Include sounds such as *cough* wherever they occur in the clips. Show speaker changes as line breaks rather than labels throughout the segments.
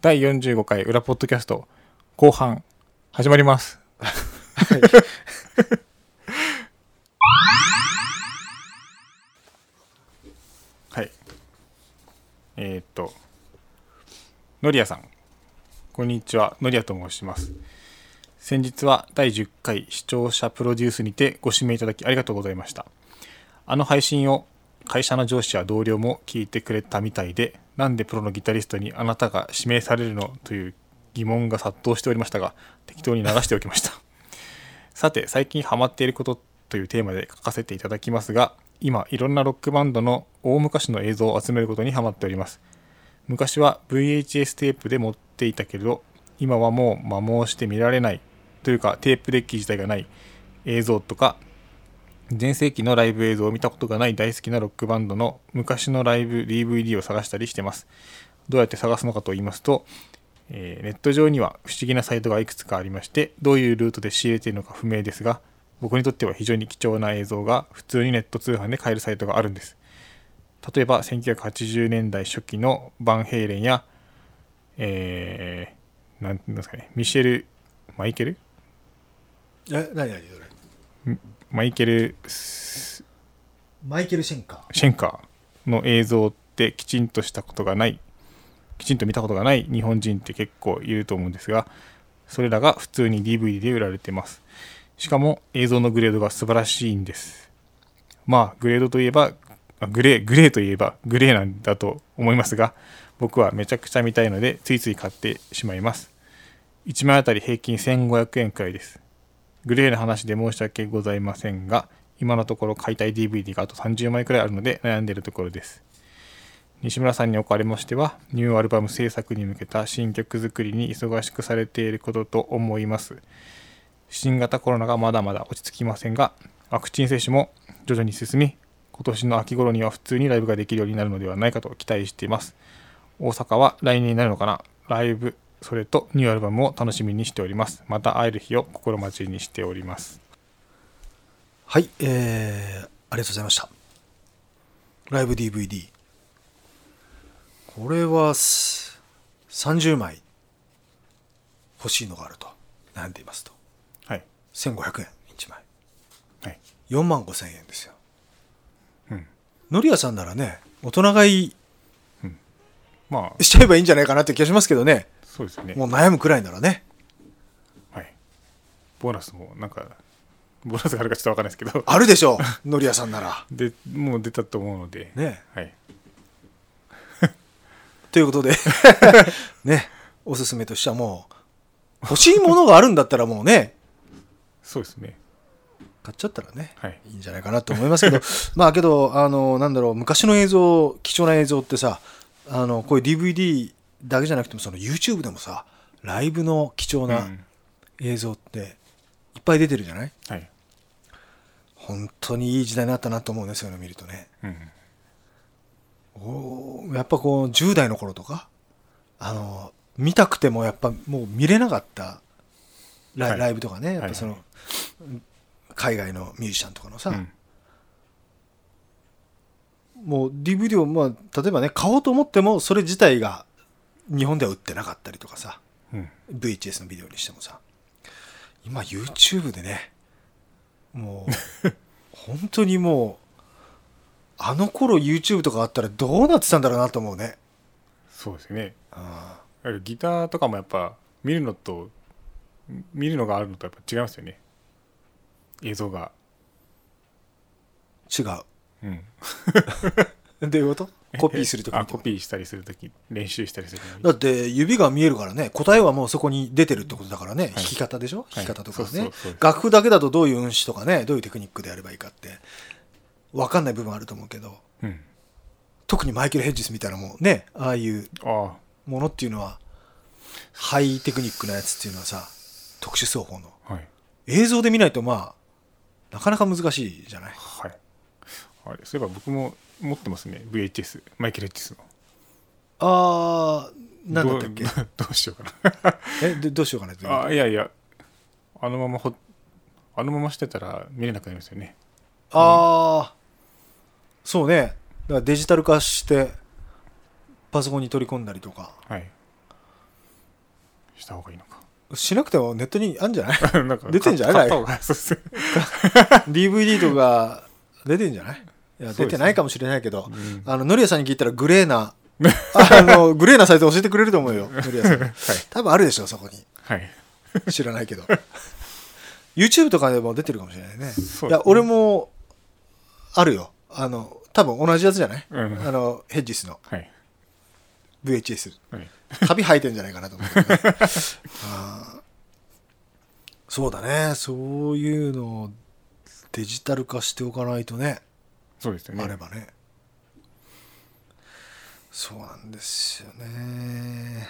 第45回裏ポッドキャスト後半始まります。はい。えーっと、のりやさん。こんにちは、のりやと申します。先日は第10回視聴者プロデュースにてご指名いただきありがとうございました。あの配信を会社の上司や同僚も聞いてくれたみたいで、なんでプロのギタリストにあなたが指名されるのという疑問が殺到しておりましたが、適当に流しておきました。 *laughs* さて、最近ハマっていることというテーマで書かせていただきますが、今、いろんなロックバンドの大昔の映像を集めることにハマっております。昔は VHS テープで持っていたけど、今はもう摩耗して見られない、というかテープデッキ自体がない映像とか、全盛期のライブ映像を見たことがない大好きなロックバンドの昔のライブ DVD を探したりしてます。どうやって探すのかと言いますと、えーネット上には不思議なサイトがいくつかありましてどういうルートで仕入れているのか不明ですが僕にとっては非常に貴重な映像が普通にネット通販で買えるサイトがあるんです例えば1980年代初期のバンヘイレンやえー、なんていうんですかねミシェルマイケル
え、何何それ。
マイケルス
マイケル・シェンカー。
シェンカーの映像ってきちんとしたことがないきちんと見たことがない日本人って結構いると思うんですがそれらが普通に DVD で売られてますしかも映像のグレードが素晴らしいんですまあグレードといえばあグレーグレーといえばグレーなんだと思いますが僕はめちゃくちゃ見たいのでついつい買ってしまいます1枚あたり平均1500円くらいですグレーの話で申し訳ございませんが、今のところ解体 DVD があと30枚くらいあるので悩んでいるところです。西村さんにおかれましては、ニューアルバム制作に向けた新曲作りに忙しくされていることと思います。新型コロナがまだまだ落ち着きませんが、ワクチン接種も徐々に進み、今年の秋頃には普通にライブができるようになるのではないかと期待しています。大阪は来年になるのかなライブ、それとニューアルバムを楽しみにしております。また会える日を心待ちにしております。
はい、えー、ありがとうございました。ライブ DVD。これは、す30枚欲しいのがあると。なんて言いますと。
はい。
1500円、1枚。
はい。
4万5000円ですよ。
うん。
のりやさんならね、大人買い
まあ、
しちゃえばいいんじゃないかなって気がしますけどね。
そうですよね。
もう悩むくらいならね。
はい。ボーナスも、なんか、ボーナスがあるかちょっとわかんないですけど、
あるでしょ *laughs* う、のりやさんなら。
で、もう出たと思うので、
ね。
はい。
ということで、ね、おすすめとしてはもう、欲しいものがあるんだったらもうね、
そうですね。
買っちゃったらね、
はい。
いいんじゃないかなと思います
*laughs*
けど、まあけど、あの、なんだろう、昔の映像、貴重な映像ってさ、あの、こういう DVD だけじゃなくても、その YouTube でもさ、ライブの貴重
う
なん映像って、いっぱい出てるじゃない
はい。
本当にいい時代になったなと思うね、そういうの見るとね。
うん。
おーやっぱこう、10代の頃とか、あの、見たくてもやっぱもう見れなかったライ,、
はい
ライブとかね、やっぱその、
はい
海外のミュージシャンとかのさ、
うん
もう DVD を、まあ、例えばね、買おうと思っても、それ自体が日本では売ってなかったりとかさ、
うん。
VHS のビデオにしてもさ、今 YouTube でね、もう、
*laughs*
本当にもう、あの頃 YouTube とかあったらどうなってたんだろうなと思うね。
そうですね。
あ
だからギターとかもやっぱ、見るのと、見るのがあるのとやっぱ違いますよね。映像が。
ー違う。
うん。
どういうことコピーするとき
あ、コピーしたりするとき、練習したりするとき
だって指が見えるからね答えはもうそこに出てるってことだからね、弾き方でしょ弾き方とかね、
そうそうそう
楽譜だけだとどういう運指とかねどういうテクニックでやればいいかって分かんない部分あると思うけど
うん。
特にマイケル・ヘッジスみたいなもんねああいう
あ
ものっていうのはハイテクニックなやつっていうのはさ特殊奏法の
あ、はい。
映像で見ないとまあなかなか難しいじゃない
はい。あれ、そういえば僕も持ってますね。VHS。マイケル・エッチスの。
あーなんだったっけ
どう *laughs* どうしようか
えでどうしようかなって
な。あ、いやいや。あのままほ、あのまましてたら見れなくなりますよね。
ああ、そうね。だからデジタル化して、パソコンに取り込んだりとか。
はい。した方がいいのか。 *laughs*
しなくてもネットにあるんじゃない
なんか
出てんじゃな
買っ
い
た方がそうっすね
?DVD とか出てんじゃないいや
そうですね
出てないかもしれないけど、
ん
あのノリアさんに聞いたらグレ
*laughs*
ーなあのグレーなサイト教えてくれると思うよノリアさん、多分あるでしょそこに
はい。
知らないけど YouTube とかでも出てるかもしれないね
そう
いや俺もあるよあの多分同じやつじゃない、
うん
あのヘッジスの
はい。
VHS
はい。
カビ生えてんじゃないかなと思って、ね、あーそうだねそういうのをデジタル化しておかないとね
そうですよね。
あればねそうなんですよね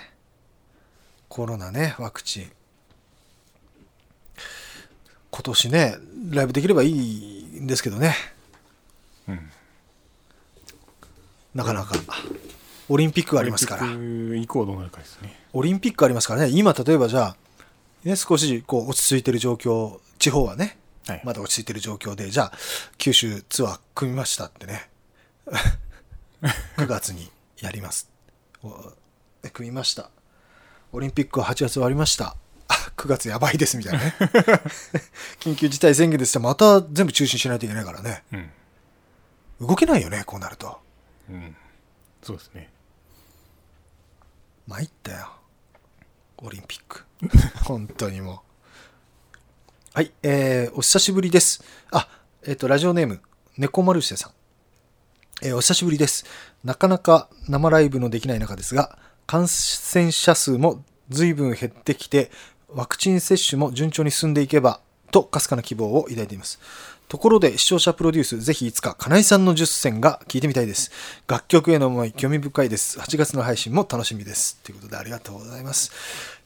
コロナねワクチン今年ねライブできればいいんですけどね
うん
なかなかオリンピックがありますか
オ
ら
リンピック以降どうなるかですね。
オリンピックありますからね、今、例えばじゃあ、ね、少しこう落ち着いてる状況、地方はね、
はい。
まだ落ち着いてる状況で、じゃあ、九州ツアー組みましたってね、9月にやります。おえ組みました。オリンピックは8月終わりました。あ9月やばいですみたいなね。 *laughs* 緊急事態宣言ですって、また全部中止しないといけないからね。
うん。
動けないよね、こうなると。
うん。そうです
*laughs*
ね。
参ったよオリンピック *laughs* 本当にもうはいえー、お久しぶりですあえっ、とラジオネーム猫マルシェさんえーお久しぶりですなかなか生ライブのできない中ですが感染者数も随分減ってきてワクチン接種も順調に進んでいけばとかすかな希望を抱いていますところで視聴者プロデュースぜひいつか金井さんの10選が聞いてみたいです楽曲への思い興味深いです8月の配信も楽しみですということでありがとうございます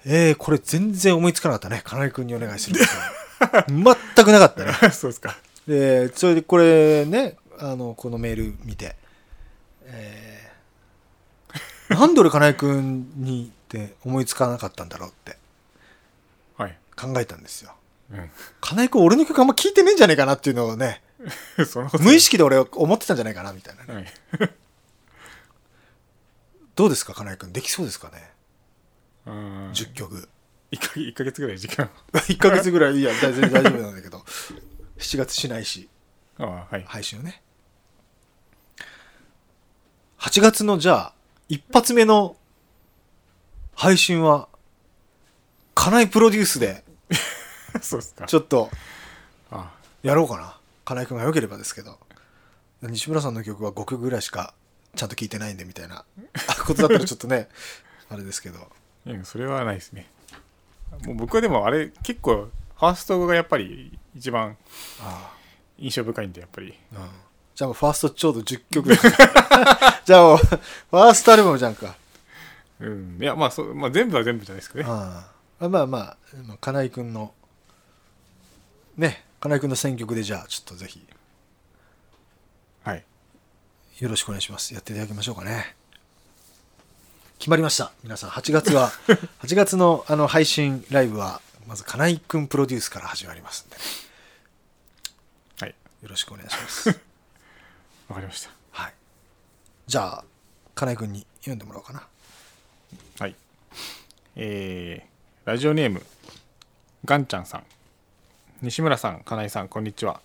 えー、これ全然思いつかなかったね金井君にお願いするんですよ全くなかったね
そうですか。
でそれでこれねあのこのメール見て、えーなんで俺金井君にって思いつかなかったんだろうって
はい。
考えたんですよ
う
金井君俺の曲あんま聞いてねえんじゃねえかなっていうのをね *laughs*
ん。そんなことない
無意識で俺思ってたんじゃないかなみたいなね
はい。
どうですか金井君できそうですかね
うん。
10曲 *laughs*
一か一ヶ月ぐらい時間。
1ヶ月ぐらいいや全然大丈夫なんだけど7月しないし
ああ、
*laughs*
はい。
配信をね8月のじゃあ一発目の配信は金井プロデュースで
そうですか。
ちょっと
あ
やろうかな金井君が良ければですけど西村さんの曲は5曲ぐらいしかちゃんと聴いてないんでみたいなことだったらちょっとね *laughs* あれですけど
あ。いや、それはないですね。もう僕はでもあれ、結構、ファーストがやっぱり一番
あ
印象深いんで、やっぱり。
あ、うんじゃあもうファーストちょうど10曲じゃあもうファーストアルバムじゃんか
うん。いや、まあ、そうまあ、全部は全部じゃないですけどね。
ああまあまあまあ金井君のね金井君の選曲でじゃあちょっとぜひ
はい。
よろしくお願いしますやっていただきましょうかね決まりました皆さん8月 *laughs* は8月のあの配信ライブはまず金井君プロデュースから始まりますんで、ね、
はい。
よろしくお願いします
わかりまし
はいじゃあ金井君に読んでもらおうかな
た。はい。えー、ラジオネーム、ガンちゃんさん。西村さん、金井さん、こんにちは。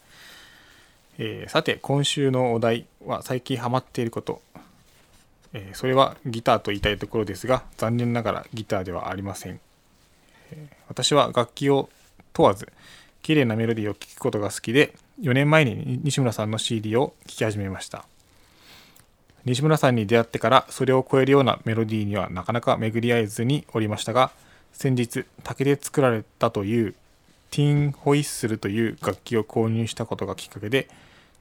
えーさて、今週のお題は、最近ハマっていること。えーそれはギターと言いたいところですが、残念ながらギターではありません。えー私は楽器を問わず、綺麗なメロディーを聴くことが好きで、4年前に西村さんの CD を聴き始めました。西村さんに出会ってからそれを超えるようなメロディーにはなかなか巡り合えずにおりましたが先日竹で作られたというティーン・ホイッスルという楽器を購入したことがきっかけで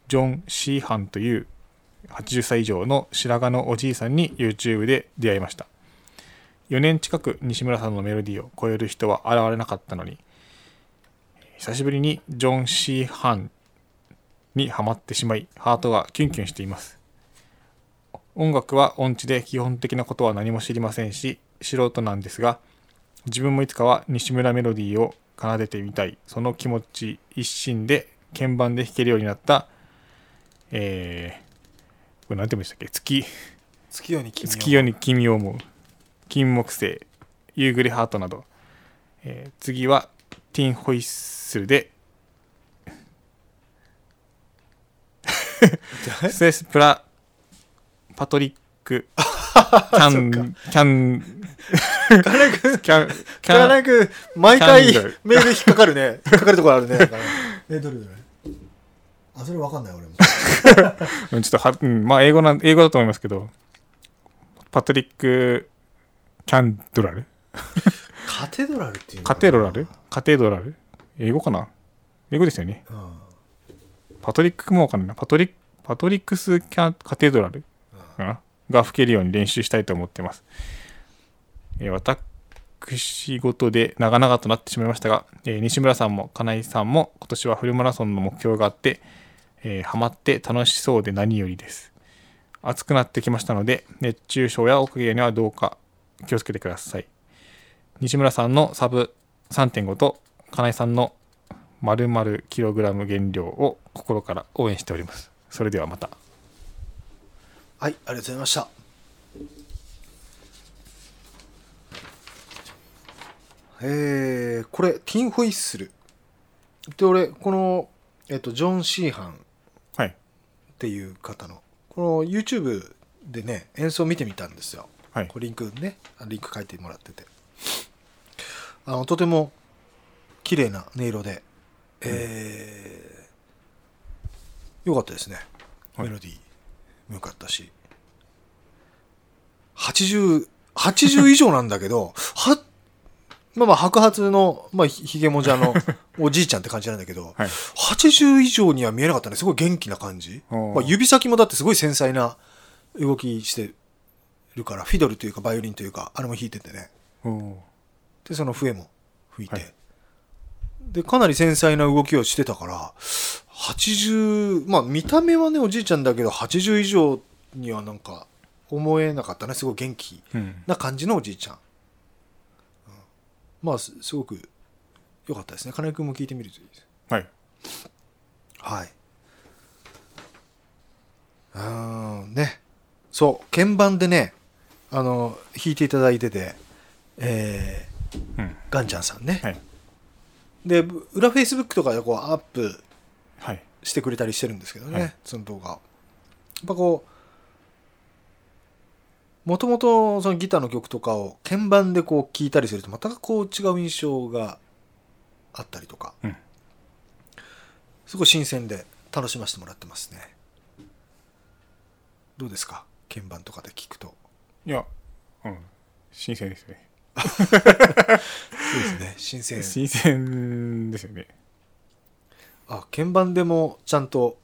ジョン・シーハンという80歳以上の白髪のおじいさんに YouTube で出会いました4年近く西村さんのメロディーを超える人は現れなかったのに久しぶりにジョン・シーハンにハマってしまいハートがキュンキュンしています音楽は音痴で基本的なことは何も知りませんし素人なんですが自分もいつかは西村メロディーを奏でてみたいその気持ち一心で鍵盤で弾けるようになったえー、これ何て言うんでしたっけ月
*laughs* 月夜に君を
月夜に君を思う金木星夕暮れハートなど、えー次はティン・ホイッスルでステスプラパトリックキャンキャンキャンキ
だか
ャ
らな
ン
く、毎回
キャンドル
メール引っかかるね。引っかかるところある *laughs* ね。だからえ、どれどれあ、それわかんない、俺も。
うんちょっとは、うん、まあ英語なん英語だと思いますけどパトリックキャンドラル
カテドラルっていうの
カ
かな
テドラルカテドラル英語かな英語ですよね
うん。うん
パトリックもわかんないな。パトリック、パトリックスキャカテドラルかなが吹けるように練習したいと思ってます。えー私事で長々となってしまいましたが、えー西村さんも金井さんも今年はフルマラソンの目標があって、えーハマって楽しそうで何よりです。暑くなってきましたので、熱中症やおかげにはどうか気をつけてください。西村さんのサブ3.5と金井さんの丸々キログラム減量を心から応援しております。それではまた。
はい、ありがとうございました。えー、これ、ティン・ホイッスル。で、俺、この、えっと、ジョン・シーハンっ
はい。
ていう方の、この YouTube でね、演奏見てみたんですよ。
はい
こ。れリンクね、あリンク書いてもらってて。あの、とても、綺麗な音色で、えー、よかったですね。
はい
メロディー、もよかったし。80、80以上なんだけど、 *laughs* は、まあまあ白髪の、まあひひげもじ
*laughs*
ゃのおじいちゃんって感じなんだけど、
はい。
80以上には見えなかったね。すごい元気な感じ。
おー
まあ、指先もだってすごい繊細な動きしてるから、フィドルというかバイオリンというか、あれも弾いててね。
おー
で、その笛も吹いて。
はい
で、かなり繊細な動きをしてたから、80、まあ見た目はね、おじいちゃんだけど、80以上にはなんか思えなかったね。すごい元気
うん。
な感じのおじいちゃん。うんまあ、すすごく良かったですね。金井君も聞いてみるといいです。
はい。
はい。うーん、ね。そう、鍵盤でね、あの、弾いていただいてて、え
うん。
ー、ガンちゃんさんね。
はい。
で、ぶ裏フェイスブックとかでこう、アップ
はい。
してくれたりしてるんですけどね、
はい
その動画を。やっぱこう、もともとそのギターの曲とかを鍵盤でこう聴いたりすると、またこう違う印象があったりとか、
うん
すごい新鮮で楽しませてもらってますね。どうですか鍵盤とかで聴くと。
いや、うん。新鮮ですよね。
そうですね、新鮮。
新鮮ですよね。
あ、鍵盤でもちゃんと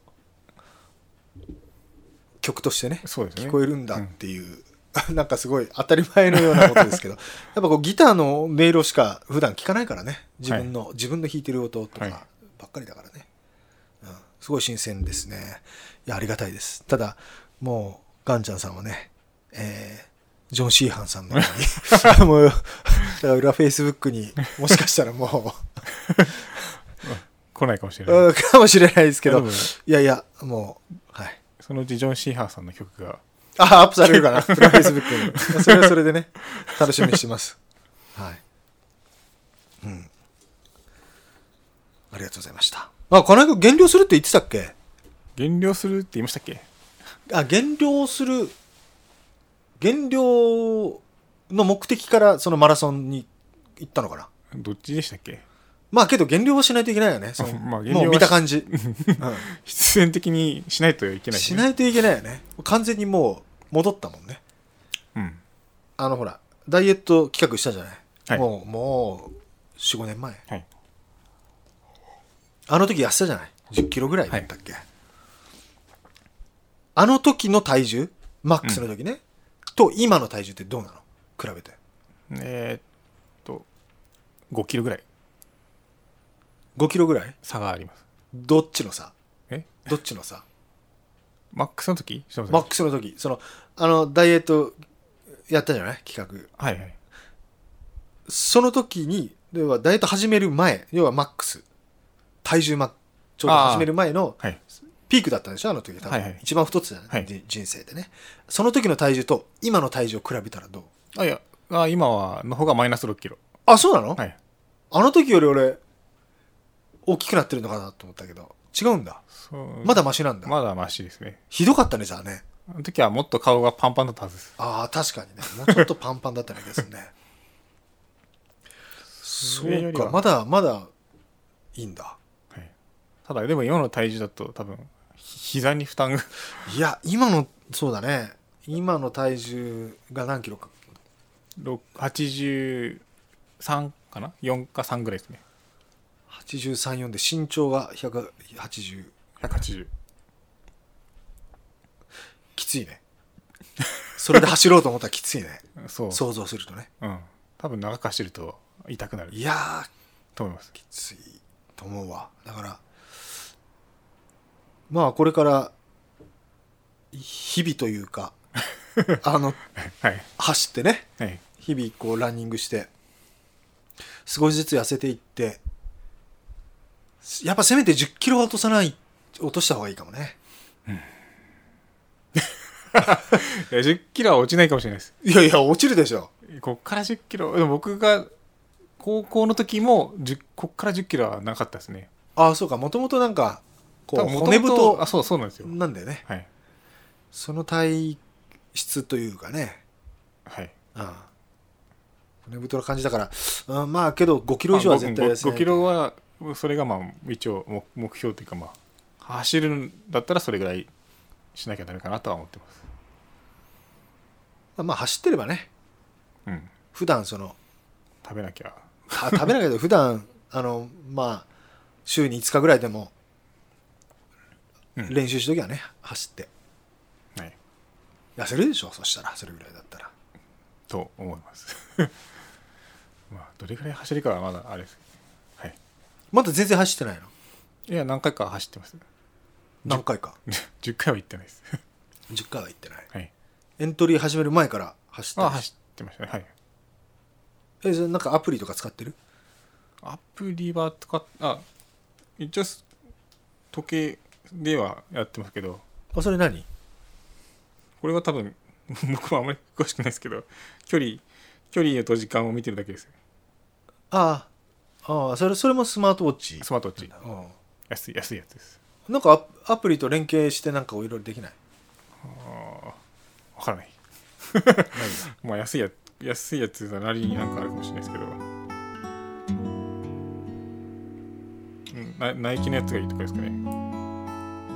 曲としてね、
そうですね。
聞こえるんだっていう、 *laughs* なんかすごい当たり前のようなこ
*laughs*
とですけど、やっぱこうギターの音色しか普段聞かないからね、自分の、自分の弾いてる音と
はい
かばっかりだからね、うん、すごい新鮮ですね。いや、ありがたいです。ただ、もう、ガンちゃんさんはね、えージョン・シーハンさんのよ
*laughs*
うに、もう、だから裏フェイスブックにもしかしたらも
*laughs* 来ないかもしれ
う、
ない。
うんかもしれないですけ
多
ど
分、
いやいや、もう、はい。
そのうちジョン・シーハーさんの曲が、
あ、アップされるかな、 *laughs* フェイスブックに。まあそれはそれでね、楽しみにしてます。 *laughs* はい。うん。ありがとうございました。あ、金井君、減量するって言ってたっけ
減量するって言いましたっけ
あ、減量する、減量の目的からそのマラソンに行ったのかな。
どっちでしたっけ
まあけど減量はしないといけないよね。そ *laughs* の
まあ減量は
*laughs* もう見た感じ。
必然的にしないといけ
うん
ない、。
しないいといけないよね。完全にもう戻ったもんね。
うん。
あのほら、ダイエット企画したじゃない、
はい
もう、もう、4、5年前。
はい。
あの時痩せたじゃない10キロぐらいだったっけ、あの時の体重マックスの時ね、と今の体重ってどうなの比べて。
えーっと、5キロぐらい
5キロぐらい
差があります。
どっちのさ
え
どっちのさ
マックスの時すいません
マックスの時、その、あの、ダイエットやったじゃない企画。
はいはい。
その時に、要はダイエット始める前、要はマックス。体重マックス。ちょうど始める前の
はい。
ピークだったんでしょあの時多分、
はいはい
一番太ってたね、
はい
じ人生でねその時の体重と今の体重を比べたらどう
あ、いや、あ今はの方がマイナス6キロ
あそうなの、
はい
あの時より俺大きくなってるのかなと思ったけど違うんだ
そう
まだマシなんだ、
まだマシですね
ひどかったねじゃあね
あの時はもっと顔がパンパンだったはずです
ああ確かにねもうちょっとパンパンだったねですねそ
れよ
う
りは
かまだまだいいんだ
はいただでも今の体重だと多分ひ膝に負担が *laughs*
いや今のそうだね今の体重が何キロか
ろ83かな4か3ぐらいですね
834で身長が180
180
きついねそれで走ろうと思ったらきついね *laughs*
そう
想像するとね
うん多分長く走ると痛くなる
いやー
と思います
きついと思うわだからまあこれから日々という *laughs* かあの
*laughs* はい
走ってね
はい
日々こうランニングして少しずつ痩せていってやっぱせめて1 0キロは落とさない落とした方がいいかもね
いや10キロは落ちないかもしれないです
いやいや落ちるでしょ
こっから10キロでも僕が高校の時も10こっから10キロはなかったですね
ああそうかもともとなんかこう
多分元
骨
々
太
あそうそうなんですよ
なんだよね
はい
その体質というかね
はい
うん骨太な感じだから、うん、まあけど5キロ以上は絶対痩せない
5キロはそれがまあ一応目目標というかまあ走るんだったらそれぐらいしなきゃダメかなとは思ってます
まあ走ってればね
うん
普段その
食べなきゃ
た食べないけど *laughs* 普段あのまあ週に5日ぐらいでも
うん
練習しときはね走って
はい
痩せるでしょそしたらそれぐらいだったら
と思います *laughs* まあどれぐらい走るかはまだあれですけどはい
まだ全然走ってないの
いや何回か走ってます *laughs*
何回か
10回は行ってないです *laughs*
10回は行ってない
はい
エントリー始める前から走って
あ
る
走ってましたねはい
えそれなんかアプリとか使ってる
アプリはとかあ一応す時計ではやってますけど
あそれ何
これは多分 *laughs* 僕はあまり詳しくないですけど距離距離と時間を見てるだけですよ
ああああそれそれもスマートウォッチ
スマートウォッチ
うん
安い安いやつです
なんかアアプリと連携してなんかいろいろできない
わからない *laughs* まあ安いや安いやつなりになんかあるかもしれないですけどうんナイナイキのやつがいいとかですかね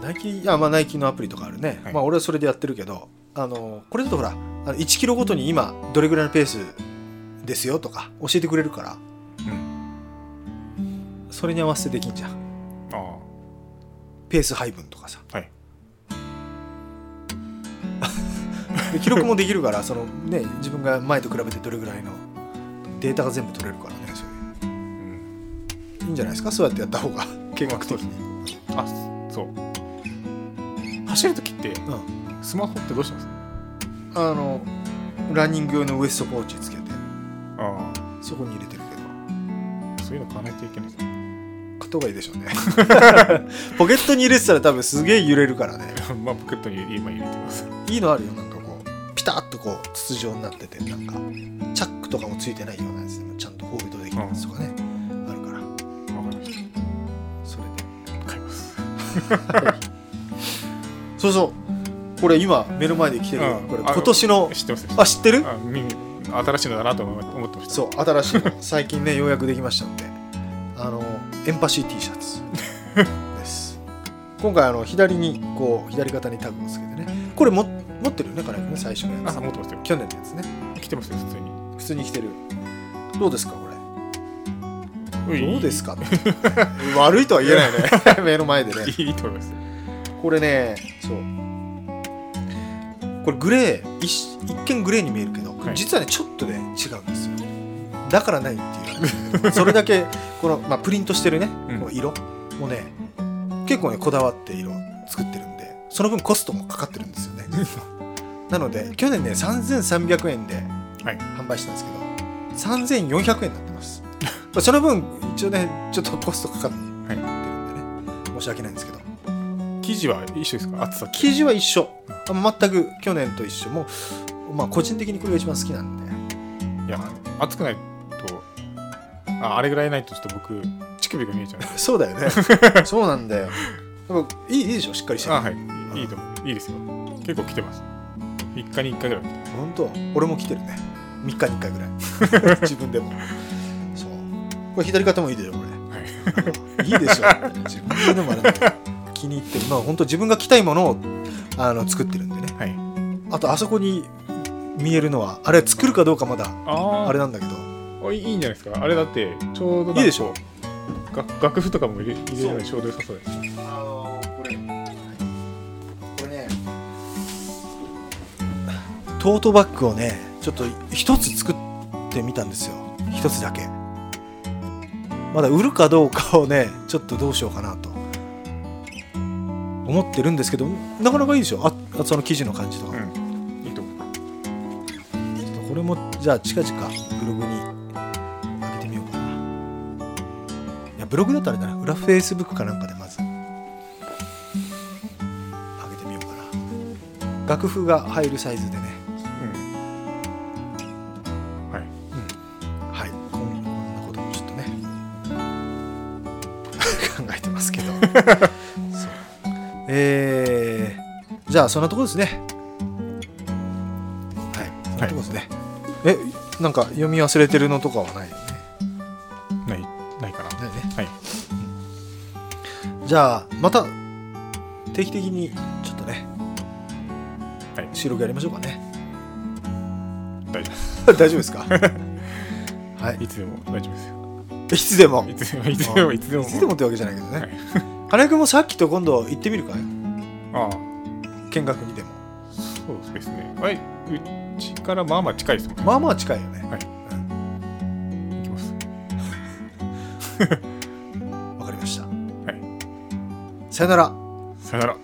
ナイキあまあナイキのアプリとかあるね、
はい
まあ俺はそれでやってるけどあのこれだとほらあの1キロごとに今どれぐらいのペースですよとか教えてくれるから
うん
それに合わせてできんじゃん
ああ
ペース配分とかさ
はい
で記録もできるからそのね自分が前と比べてどれぐらいのデータが全部取れるからねそれ
うん
いいんじゃないですかそうやってやった方が計画的に、
あそう走るときって
うん、
スマホってどうします
あのランニング用のウエストポーチつけて
あ
そこに入れてるけど
あそういうの買わないといけないです
買った方がいいでしょうね *laughs* ポケットに入れてたら多分すげえ揺れるからね
ね *laughs* まあポケットに今入れてます
いいのあるよなんかこうピタッとこう筒状になっててなんかチャックとかもついてないようなやつでもちゃんとホールドできるやつとかね、あるか
わ
ら
かりまし
それで
た買います
そうそうこれ今目の前で来てる、
うん
これ
あ
今年の
知ってます
あ知ってる
あ耳新しいのだなと思い思ってました
そう新しいの最近ねようやくできましたんであのエンパシー T シャツです今回あの左にこう左肩にタグをつけてねこれも持ってるよね金井君ね最初のやつ
あ持ってますよ
去年のやつね
来てますよ普通に
普通に着てるどうですかこれどうです
か
か悪いとは言えないね目の前でね
いいいいと思います
これねそうこれグレー一一見グレーに見えるけど、
はい
実はねちょっとね違うんですよだからないって
*laughs*
いうそれだけこの、まあ、プリントしてるね、
うん
この色もね結構ねこだわって色作ってるんでその分コストもかかってるんですよ
*laughs*
ね実はなので去年ね3300円で
はい
販売したんですけど、3400円になっ
*laughs*
てます。まあその分、一応ね、ちょっとコストかかってるんでね、申し訳ないんですけど、
生地は一緒ですか厚さ
生地は一緒、あ全く去年と一緒、もう、まあ、個人的にこれが一番好きなんで、
いや暑くないとああれぐらいないとちょっと僕乳首が見えちゃうんで
そうだよね *laughs* そうなんだよでもいいいいでしょしっかりして
あはいいいいと思ういいですよ結構来てます3日に1回ぐらい
本当俺も来てるね3日に1回ぐらい *laughs* 自分でもそうこれ左肩もいいでしょこ *laughs* れいいでしょ自分で言うのもあれだけど気に入ってるまあ本当自分が着たいものをあの作ってるんでね
はい、はい、
あとあそこに見えるのはあれ作るかどうかまだ
あ
あれなんだけど
あいいいいんじゃないですかあれだってちょうどなんか
いいでしょ
が楽譜とかも入れ入れるのにちょうど良さそうです
あのこれこれねトートバッグをねちょっと一つ作ってみたんですよ一つだけまだ売るかどうかをねちょっとどうしようかなと思ってるんですけどなかなかいいでしょああその生地の感じとか、
う
ち
んいいと思う
ょっとこれもじゃあ近々ブログに上げてみようかないやブログだとあれだな裏フェイスブックかなんかでまず上げてみようかな楽譜が入るサイズでね
うんはい
はい、こんこんなこともちょっとね *laughs* 考えてますけどそうえー、じゃあそんなとこですねはいそんなとこですね、えなんか読み忘れてるのとかはないよね
ないないかな
ないね
はい
じゃあまた定期的にちょっとね、
はい
収録やりましょうかね
大丈夫です
*laughs* 大丈夫です
*laughs*
かはい
いつでも大丈夫ですよ
いつでも
いつでもいつでも
あ
いつでも
いつでもってわけじゃないけどね、
はい
金井君もさっきと今度行ってみるかい
ああ
見学にでも
そうですねはいうちからまあまあ近いですもんね
まあまあ近いよね
はい
うん
行きます
わ、かりました
はい
さよなら
さよなら